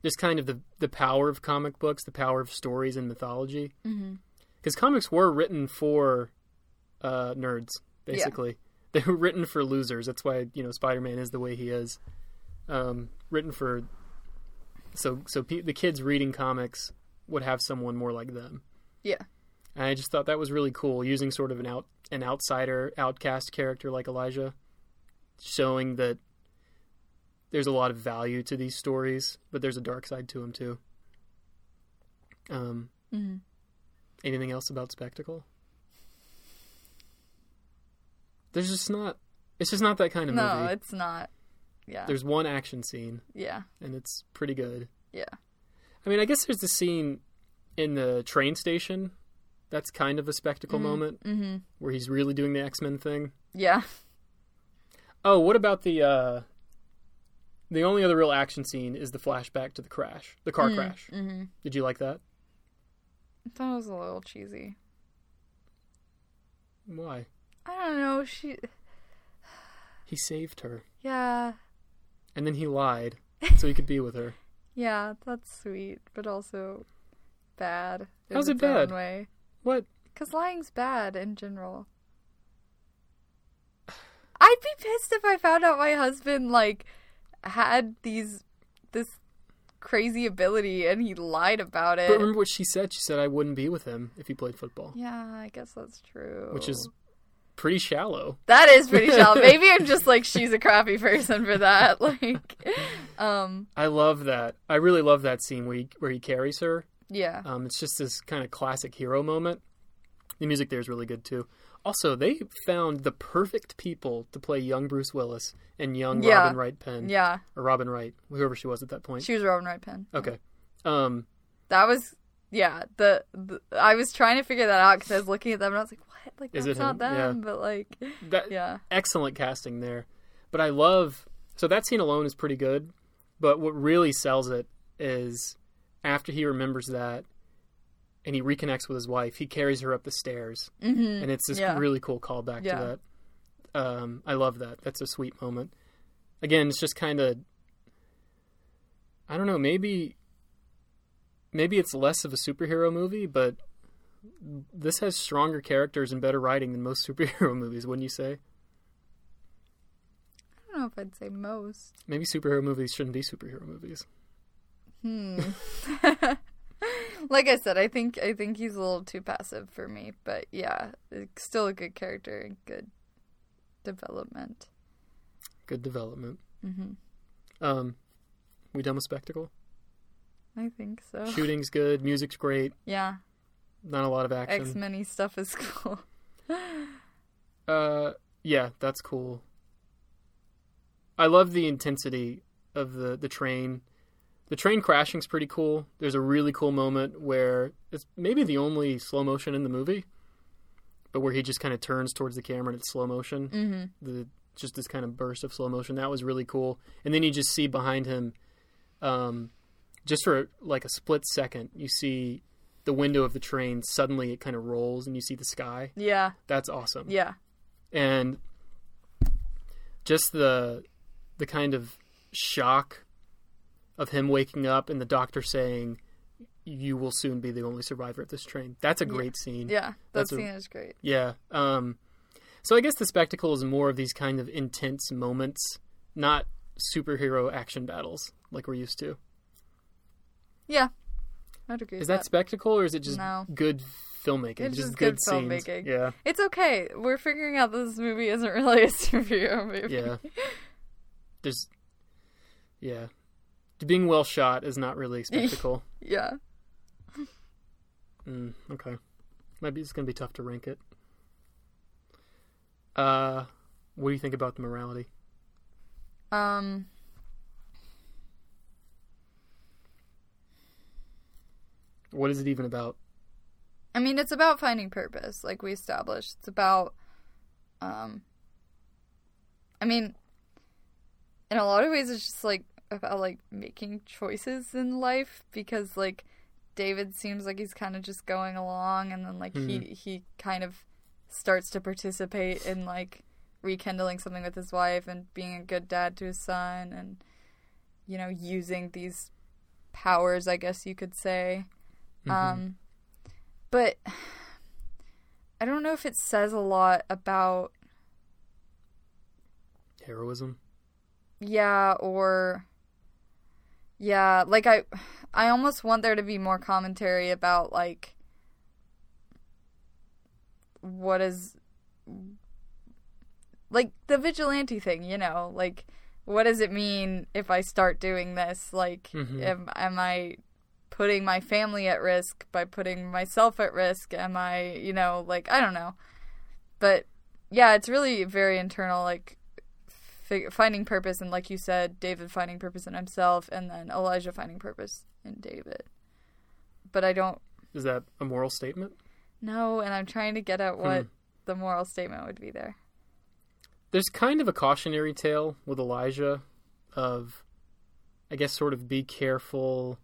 S8: just kind of the the power of comic books, the power of stories and mythology, because mm comics were written for uh, nerds, basically. [LAUGHS] They were written for losers. That's why you know Spider Man is the way he is. Um, written for so so pe- the kids reading comics would have someone more like them.
S7: Yeah.
S8: And I just thought that was really cool, using sort of an out an outsider, outcast character like Elijah, showing that there's a lot of value to these stories, but there's a dark side to them too. Um,
S7: Mm-hmm.
S8: anything else about spectacle? There's just not. It's just not that kind of
S7: No,
S8: movie.
S7: it's not. Yeah.
S8: There's one action scene,
S7: Yeah.
S8: and it's pretty good.
S7: Yeah.
S8: I mean, I guess there's the scene in the train station. That's kind of a spectacle moment where he's really doing the X Men thing.
S7: Yeah. [LAUGHS]
S8: Oh, what about the uh, the only other real action scene is the flashback to the crash, the car crash. Mm-hmm. Did you like that?
S7: I thought it was a little cheesy.
S8: Why?
S7: I don't know. She.
S8: He saved her,
S7: Yeah.
S8: and then he lied so he could be with [LAUGHS] her.
S7: Yeah. That's sweet, but also bad. in
S8: How's it
S7: its own
S8: bad?
S7: Way.
S8: What?
S7: Because lying's bad in
S8: [SIGHS]
S7: general. I'd be pissed if I found out my husband, like, had these. this crazy ability and he lied about it.
S8: But remember what she said? She said I wouldn't be with him if he played football,
S7: yeah, I guess that's true.
S8: which is pretty shallow.
S7: That is
S8: [LAUGHS]
S7: pretty shallow. Maybe I'm just like she's a crappy person for that. [LAUGHS] Like, um,
S8: I love that. I really love that scene where he, where he carries her
S7: yeah,
S8: Um, it's just this kind of classic hero moment. The music there is really good too. Also, they found the perfect people to play young Bruce Willis and young
S7: Yeah.
S8: Robin Wright Penn.
S7: yeah.
S8: Or Robin Wright, whoever she was at that point.
S7: She was Robin Wright Penn.
S8: okay. Um,
S7: That was, yeah. The, the I was trying to figure that out because I was looking at them and I was like, what? Like
S8: Is
S7: that's
S8: it
S7: not
S8: him?
S7: them,
S8: Yeah.
S7: but like,
S8: that,
S7: yeah,
S8: excellent casting there. But I love so that scene alone is pretty good. But what really sells it is after he remembers that and he reconnects with his wife, he carries her up the stairs, mm-hmm. and it's this
S7: Yeah.
S8: really cool callback
S7: Yeah.
S8: to that. Um, I love that. That's a sweet moment. Again, it's just kind of I don't know. Maybe maybe it's less of a superhero movie, but this has stronger characters and better writing than most [LAUGHS] superhero movies, wouldn't you say?
S7: I don't know if I'd say most.
S8: Maybe superhero movies shouldn't be superhero movies.
S7: Like I said, I think I think he's a little too passive for me, but yeah, it's still a good character and good development.
S8: Good development. Mm-hmm. Um, we done with spectacle.
S7: I think so.
S8: Shooting's good. Music's great.
S7: Yeah,
S8: Not a lot of action.
S7: X Men stuff is [LAUGHS] cool.
S8: Uh, yeah, that's cool. I love the intensity of the the train. The train crashing's pretty cool. There's a really cool moment where it's maybe the only slow motion in the movie, but where he just kind of turns towards the camera and it's slow motion. Mm-hmm. The just this kind of burst of slow motion that was really cool. And then you just see behind him, um, just for like a split second, you see the window of the train. Suddenly, it kind of rolls and you see the sky.
S7: Yeah,
S8: That's awesome
S7: yeah.
S8: and just the the kind of shock of him waking up and the doctor saying you will soon be the only survivor of this train that's a great scene
S7: Yeah, that
S8: That's a-
S7: scene is great.
S8: yeah um so i guess the spectacle is more of these kind of intense moments not superhero action battles like we're used to
S7: Yeah, I'd agree. with
S8: is that spectacle or is it just
S7: No.
S8: good filmmaking
S7: It's
S8: just,
S7: just
S8: good,
S7: good
S8: scenes
S7: filmmaking.
S8: yeah
S7: It's okay. We're figuring out this movie isn't really a superhero movie.
S8: Yeah. There's yeah. Being well shot is not really a spectacle.
S7: Yeah.
S8: okay. Might be it's gonna be tough to rank it. Uh, what do you think about the morality?
S7: Um.
S8: What is it even about?
S7: I mean, it's about finding purpose, like we established. It's about, um, I mean, in a lot of ways, it's just like about like making choices in life because like David seems like he's kind of just going along, and then like he he kind of starts to participate in like rekindling something with his wife and being a good dad to his son, and you know using these powers, I guess you could say. Um, but [SIGHS] I don't know if it says a lot about
S8: Heroism.
S7: yeah or yeah like i i almost want there to be more commentary about like what is like the vigilante thing you know like what does it mean if i start doing this like am, am i putting my family at risk by putting myself at risk am i you know like i don't know but yeah it's really very internal like fig- finding purpose and like you said david finding purpose in himself and then elijah finding purpose in david but i don't
S8: Is that a moral statement?
S7: know and i'm trying to get at what the moral statement would be there
S8: there's kind of a cautionary tale with Elijah of I guess sort of be careful.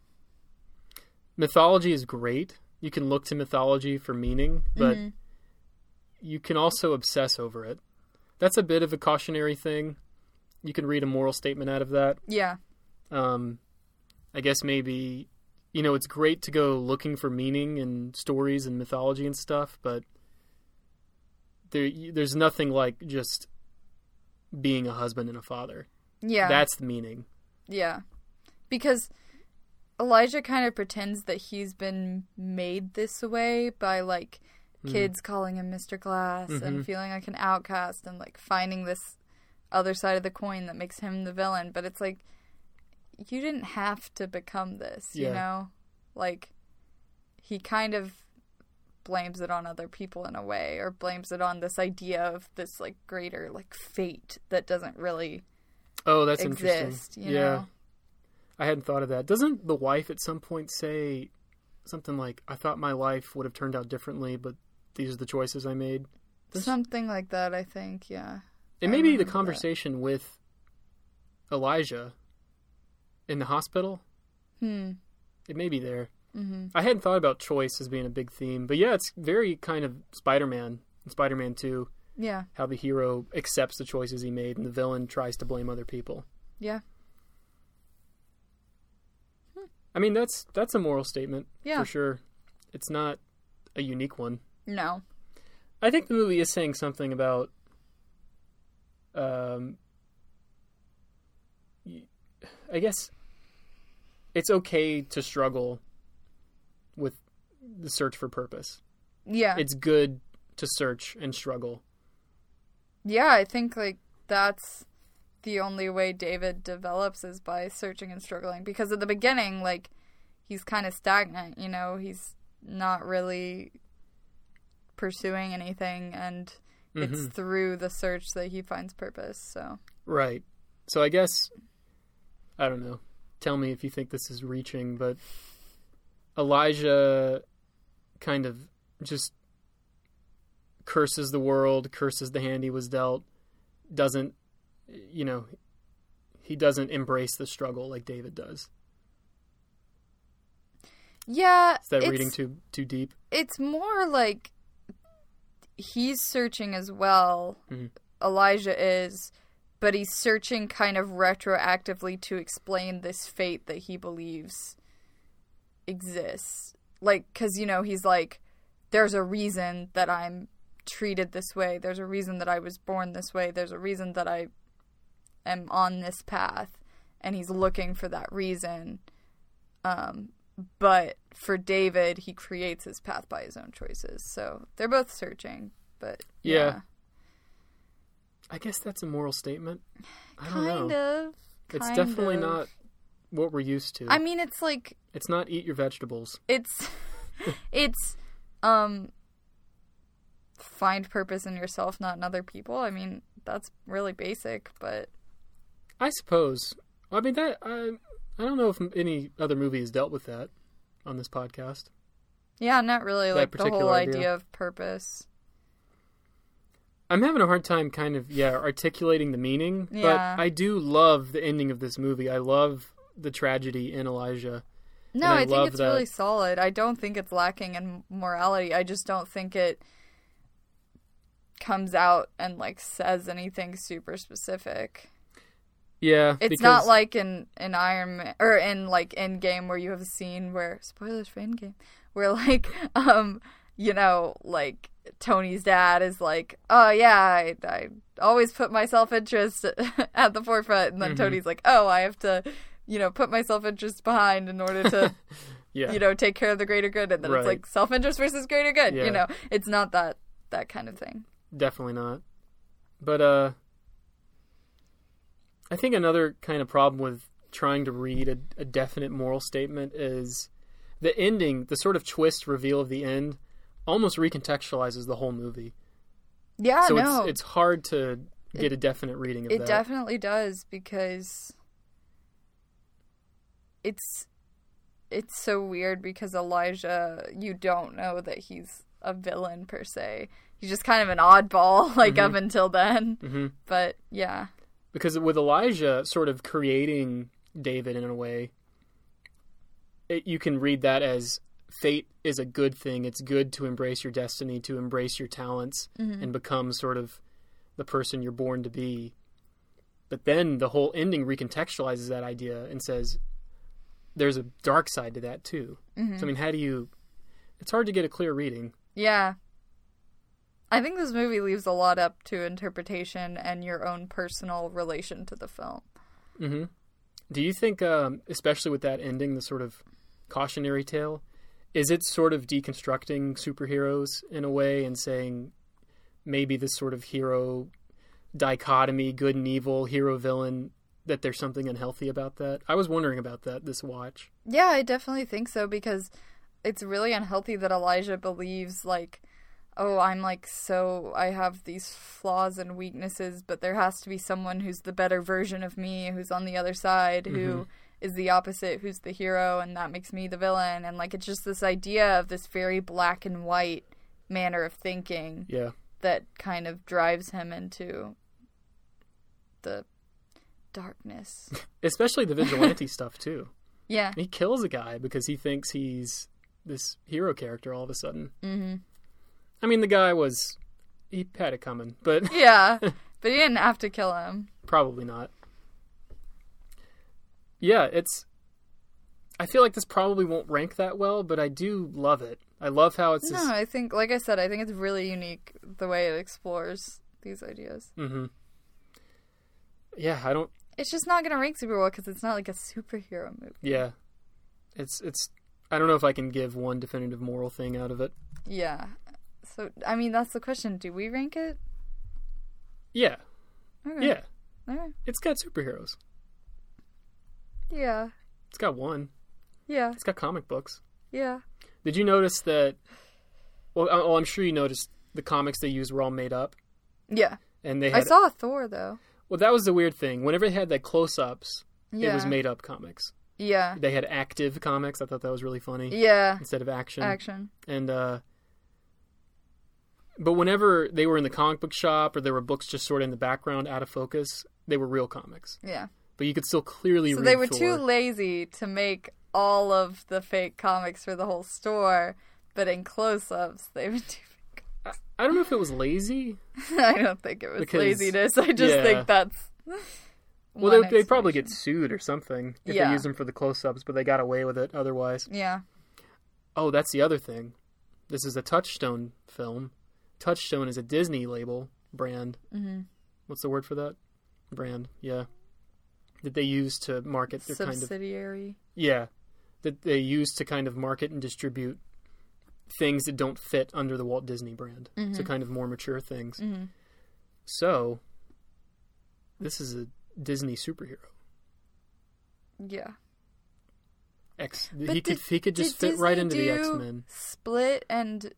S8: Mythology is great. You can look to mythology for meaning, but you can also obsess over it. That's a bit of a cautionary thing. You can read a moral statement out of that.
S7: yeah
S8: Um, I guess maybe you know it's great to go looking for meaning in stories and mythology and stuff, but there you- there's nothing like just being a husband and a father.
S7: yeah
S8: That's the meaning.
S7: yeah because elijah kind of pretends that he's been made this way by like kids calling him mr glass and feeling like an outcast and like finding this other side of the coin that makes him the villain but it's like you didn't have to become this you
S8: Yeah.
S7: know like he kind of blames it on other people in a way or blames it on this idea of this like greater like fate that doesn't really
S8: Oh, that's
S7: exist
S8: interesting.
S7: you
S8: yeah,
S7: know
S8: I hadn't thought of that. Doesn't the wife at some point say something like, "I thought my life would have turned out differently, but these are the choices I made"?
S7: Something like that, I think. Yeah.
S8: And maybe the
S7: remember that.
S8: conversation with Elijah in the hospital.
S7: Hmm.
S8: It may be there. Mm-hmm. I hadn't thought about choice as being a big theme, but yeah, it's very kind of Spider-Man, in Spider-Man Two,
S7: Yeah.
S8: how the hero accepts the choices he made, and the villain tries to blame other people.
S7: Yeah.
S8: I mean, that's that's a moral statement
S7: Yeah.
S8: for sure. It's not a unique one.
S7: No.
S8: I think the movie is saying something about um y- I guess it's okay to struggle with the search for purpose.
S7: Yeah.
S8: It's good to search and struggle.
S7: yeah, I think like that's the only way David develops is by searching and struggling because at the beginning like he's kind of stagnant, you know, he's not really pursuing anything and
S8: Mm-hmm.
S7: it's through the search that he finds purpose. So,
S8: Right. So I guess I don't know. Tell me if you think this is reaching, but Elijah kind of just curses the world, curses the hand he was dealt, doesn't you know, he doesn't embrace the struggle like David does.
S7: yeah,
S8: Is that
S7: it's-
S8: reading too too deep?
S7: it's more like he's searching as well. Elijah is, but he's searching kind of retroactively to explain this fate that he believes exists. Like, because, you know, he's like, there's a reason that I'm treated this way. There's a reason that I was born this way. There's a reason that I am on this path. And he's looking for that reason um, but for David, he creates his path by his own choices. So they're both searching, but
S8: Yeah.
S7: yeah,
S8: I guess that's a moral statement. I don't
S7: kind
S8: know.
S7: of.
S8: it's
S7: kind
S8: definitely
S7: of.
S8: not what we're used to.
S7: I mean, it's like
S8: it's [LAUGHS] not eat your vegetables.
S7: it's it's um find purpose in yourself, not in other people. I mean, that's really basic, but
S8: I suppose. I mean that I I don't know if any other movie has dealt with that on this podcast.
S7: yeah, not really like the whole
S8: particular idea.
S7: idea. of purpose.
S8: I'm having a hard time kind of yeah articulating the meaning,
S7: Yeah.
S8: but I do love the ending of this movie. I love the tragedy in Elijah.
S7: No,
S8: And I
S7: I, think
S8: love
S7: it's
S8: that-
S7: really solid. I don't think it's lacking in morality. I just don't think it comes out and like says anything super specific.
S8: Yeah,
S7: It's
S8: because-
S7: not like in in Iron Man or in like Endgame where you have a scene where spoilers for Endgame where like [LAUGHS] um you know like Tony's dad is like oh yeah I, I always put my self interest [LAUGHS] at the forefront and then
S8: Mm-hmm.
S7: Tony's like oh I have to you know put my self interest behind in order to
S8: [LAUGHS] yeah.
S7: you know take care of the greater good and then
S8: Right.
S7: it's like self interest versus greater good
S8: Yeah.
S7: you know it's not that that kind of thing
S8: Definitely not. But uh I think another kind of problem with trying to read a, a definite moral statement is the ending, the sort of twist reveal of the end almost recontextualizes the whole movie.
S7: yeah
S8: so
S7: Ah, no
S8: it's it's hard to get a definite reading of
S7: It
S8: that.
S7: definitely does because it's it's so weird because Elijah, you don't know that he's a villain per se. He's just kind of an oddball, [LAUGHS] like up
S8: Mm-hmm.
S7: until then. But yeah,
S8: because with Elijah sort of creating David in a way, it, you can read that as fate is a good thing. It's good to embrace your destiny, to embrace your talents, and become sort of the person you're born to be. But then the whole ending recontextualizes that idea and says there's a dark side to that too. So I mean, how do you? It's hard to get a clear reading.
S7: yeah. I think this movie leaves a lot up to interpretation and your own personal relation to the film.
S8: Do you think, um, especially with that ending, the sort of cautionary tale, is it sort of deconstructing superheroes in a way and saying maybe this sort of hero dichotomy, good and evil, hero villain, that there's something unhealthy about that? I was wondering about that this watch.
S7: Yeah, I definitely think so because it's really unhealthy that Elijah believes like oh, I'm like so I have these flaws and weaknesses, but there has to be someone who's the better version of me, who's on the other side, who is the opposite, who's the hero, and that makes me the villain. And like it's just this idea of this very black and white manner of thinking
S8: Yeah.
S7: that kind of drives him into the darkness.
S8: Especially the vigilante [LAUGHS] stuff, too.
S7: Yeah.
S8: He kills a guy because he thinks he's this hero character all of a sudden. Mm-hmm. I mean, the guy was. He had it coming, but.
S7: Yeah. But he didn't have to kill him.
S8: Probably not. Yeah, it's. I feel like this probably won't rank that well, but I do love it. I love how it's
S7: No,
S8: this.
S7: I think, like I said, I think it's really unique the way it explores these ideas.
S8: Hmm. Yeah, I don't.
S7: It's just not going to rank super well because it's not like a superhero movie.
S8: Yeah, it's it's. I don't know if I can give one definitive moral thing out of it.
S7: Yeah. So, I mean, that's the question. Do we rank it?
S8: Yeah,
S7: Okay.
S8: yeah,
S7: All right.
S8: it's got superheroes.
S7: Yeah.
S8: It's got one.
S7: Yeah.
S8: It's got comic books.
S7: Yeah.
S8: Did you notice that? Well, I- well I'm sure you noticed the comics they used were all made up,
S7: Yeah.
S8: and they
S7: I
S8: had.
S7: saw a Thor, though.
S8: well, that was the weird thing. Whenever they had that close-ups,
S7: Yeah.
S8: it was made up comics.
S7: Yeah.
S8: they had active comics. I thought that was really funny
S7: Yeah.
S8: instead of action.
S7: Action.
S8: And uh, but whenever they were in the comic book shop or there were books just sort of in the background, out of focus, they were real comics.
S7: Yeah.
S8: But you could still clearly
S7: So
S8: read
S7: they were
S8: Thor.
S7: too lazy to make all of the fake comics for the whole store, but in close ups, they would do
S8: I don't know if it was lazy.
S7: [LAUGHS] I don't think it was
S8: Because-
S7: laziness. I just
S8: yeah.
S7: think that's.
S8: Well,
S7: one
S8: they they probably get
S7: explanation.
S8: sued or something if they
S7: Yeah.
S8: use them for the close-ups, but they got away with it otherwise.
S7: Yeah.
S8: Oh, that's the other thing. This is a Touchstone film. Touchstone is a Disney label brand. Mm-hmm. What's the word for that? Brand, yeah. That they use to market their kind of
S7: Subsidiary.
S8: yeah, that they use to kind of market and distribute things that don't fit under the Walt Disney brand.
S7: Mm-hmm.
S8: So kind of more mature things. So this is a Disney superhero.
S7: Yeah.
S8: X.
S7: But
S8: he could
S7: did-
S8: he could just
S7: did
S8: fit right
S7: Disney
S8: into the
S7: do
S8: X Men.
S7: Split and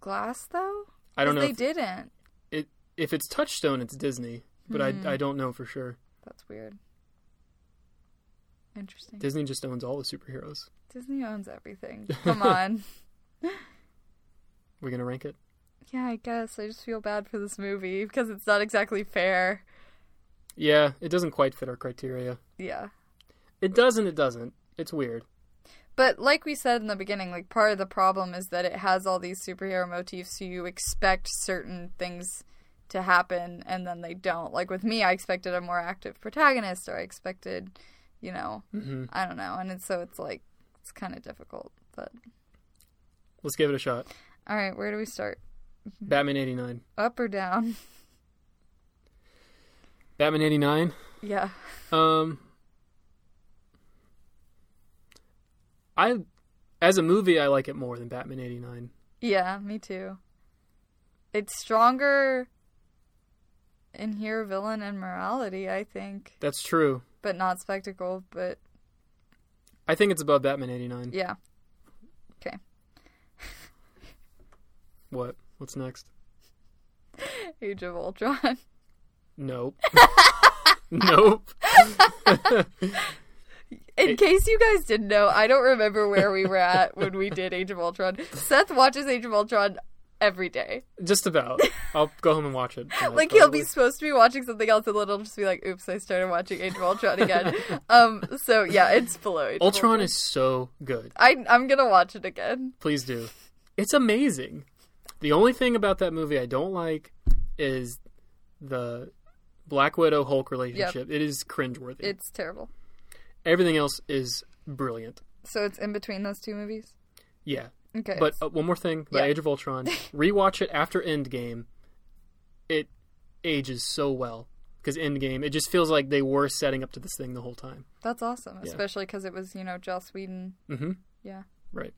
S7: Glass, though?
S8: I don't know
S7: they
S8: if,
S7: didn't.
S8: it, if it's Touchstone, it's Disney, but
S7: Hmm.
S8: I, I don't know for sure.
S7: That's weird. Interesting.
S8: Disney just owns all the superheroes.
S7: Disney owns
S8: [LAUGHS]
S7: everything. Come on.
S8: We're gonna rank it.
S7: Yeah, I guess I just feel bad for this movie because it's not exactly fair.
S8: Yeah, it doesn't quite fit our criteria.
S7: Yeah.
S8: It doesn't. It doesn't. It's weird.
S7: But like we said in the beginning, like part of the problem is that it has all these superhero motifs, so you expect certain things to happen and then they don't. Like with me, I expected a more active protagonist or I expected, you know, I don't know. And it's, so it's like it's kind of difficult. But
S8: Let's give it a shot.
S7: all right, where do we start?
S8: Batman eighty nine.
S7: Up or down? [LAUGHS]
S8: Batman eighty nine.
S7: yeah.
S8: Um, I, as a movie, I like it more than Batman '89.
S7: Yeah, me too. It's stronger in here villain and morality, I think,
S8: That's true.
S7: but not spectacle, but
S8: I think it's above Batman '89.
S7: yeah.
S8: What? What's next?
S7: Age of
S8: [LAUGHS]
S7: Ultron.
S8: Nope. [LAUGHS] nope.
S7: In case you guys didn't know, I don't remember where we were at when we did Age of Ultron. Seth watches Age of Ultron every day.
S8: Just about. I'll go home and watch it. tonight,
S7: [LAUGHS] Like he'll be
S8: probably.
S7: supposed to be watching something else and then he'll just be like, oops, I started watching Age of Ultron again. [LAUGHS] um so yeah, it's below Age of
S8: Ultron is so good.
S7: I I'm gonna watch it again.
S8: Please do. It's amazing. The only thing about that movie I don't like is the Black Widow Hulk relationship. It is cringeworthy.
S7: It's terrible.
S8: Everything else is brilliant.
S7: So it's in between those two movies?
S8: Yeah.
S7: Okay.
S8: But uh, one more thing about
S7: Yeah.
S8: Age
S7: [LAUGHS]
S8: of Ultron. Rewatch it after Endgame. It ages so well because Endgame. It just feels like they were setting up to this thing the whole time.
S7: That's awesome, especially because it was you know Joss Whedon.
S8: Mhm.
S7: Yeah.
S8: Right.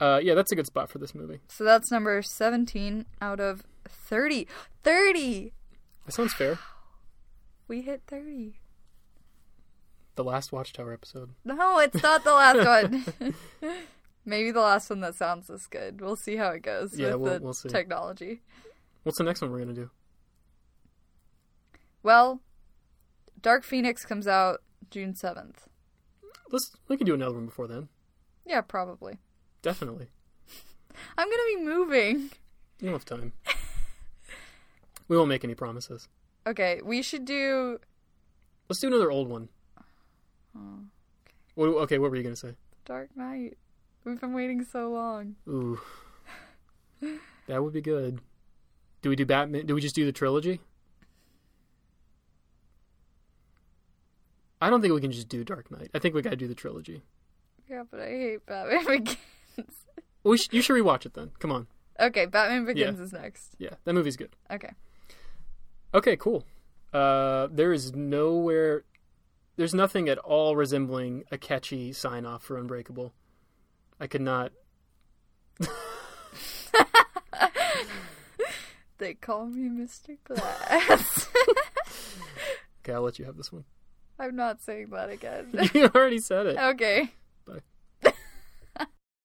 S8: Uh, yeah, that's a good spot for this movie.
S7: So that's number seventeen out of thirty. Thirty.
S8: That sounds fair.
S7: We hit thirty.
S8: The last Watchtower episode.
S7: No, it's not the
S8: [LAUGHS]
S7: last one. [LAUGHS] Maybe the last one that sounds this good. We'll see how it goes
S8: Yeah,
S7: with
S8: we'll-
S7: the
S8: we'll see.
S7: technology.
S8: What's the next one we're gonna do?
S7: Well, Dark Phoenix comes out June seventh.
S8: Let's we can do another one before then.
S7: Yeah, probably.
S8: Definitely.
S7: I'm gonna be moving.
S8: You'll have time. we won't make any promises.
S7: Okay, we should do
S8: Let's do another old one. What, okay, what were you gonna say?
S7: Dark Knight. We've been waiting so long.
S8: Ooh, that would be good. Do we do Batman? Do we just do the trilogy? I don't think we can just do Dark Knight. I think we gotta do the trilogy.
S7: Yeah, but I hate Batman [LAUGHS] Begins.
S8: We sh- you should rewatch it then. Come on,
S7: Okay, Batman Begins
S8: Yeah.
S7: is next.
S8: yeah, that movie's good.
S7: Okay.
S8: Okay, cool. Uh, there is nowhere, there's nothing at all resembling a catchy sign off for Unbreakable. I could not.
S7: They call me Mr. Glass. [LAUGHS]
S8: Okay, I'll let you have this one. [LAUGHS]
S7: I'm not saying that again. [LAUGHS] Oh,
S8: you already said it.
S7: okay.
S8: Bye.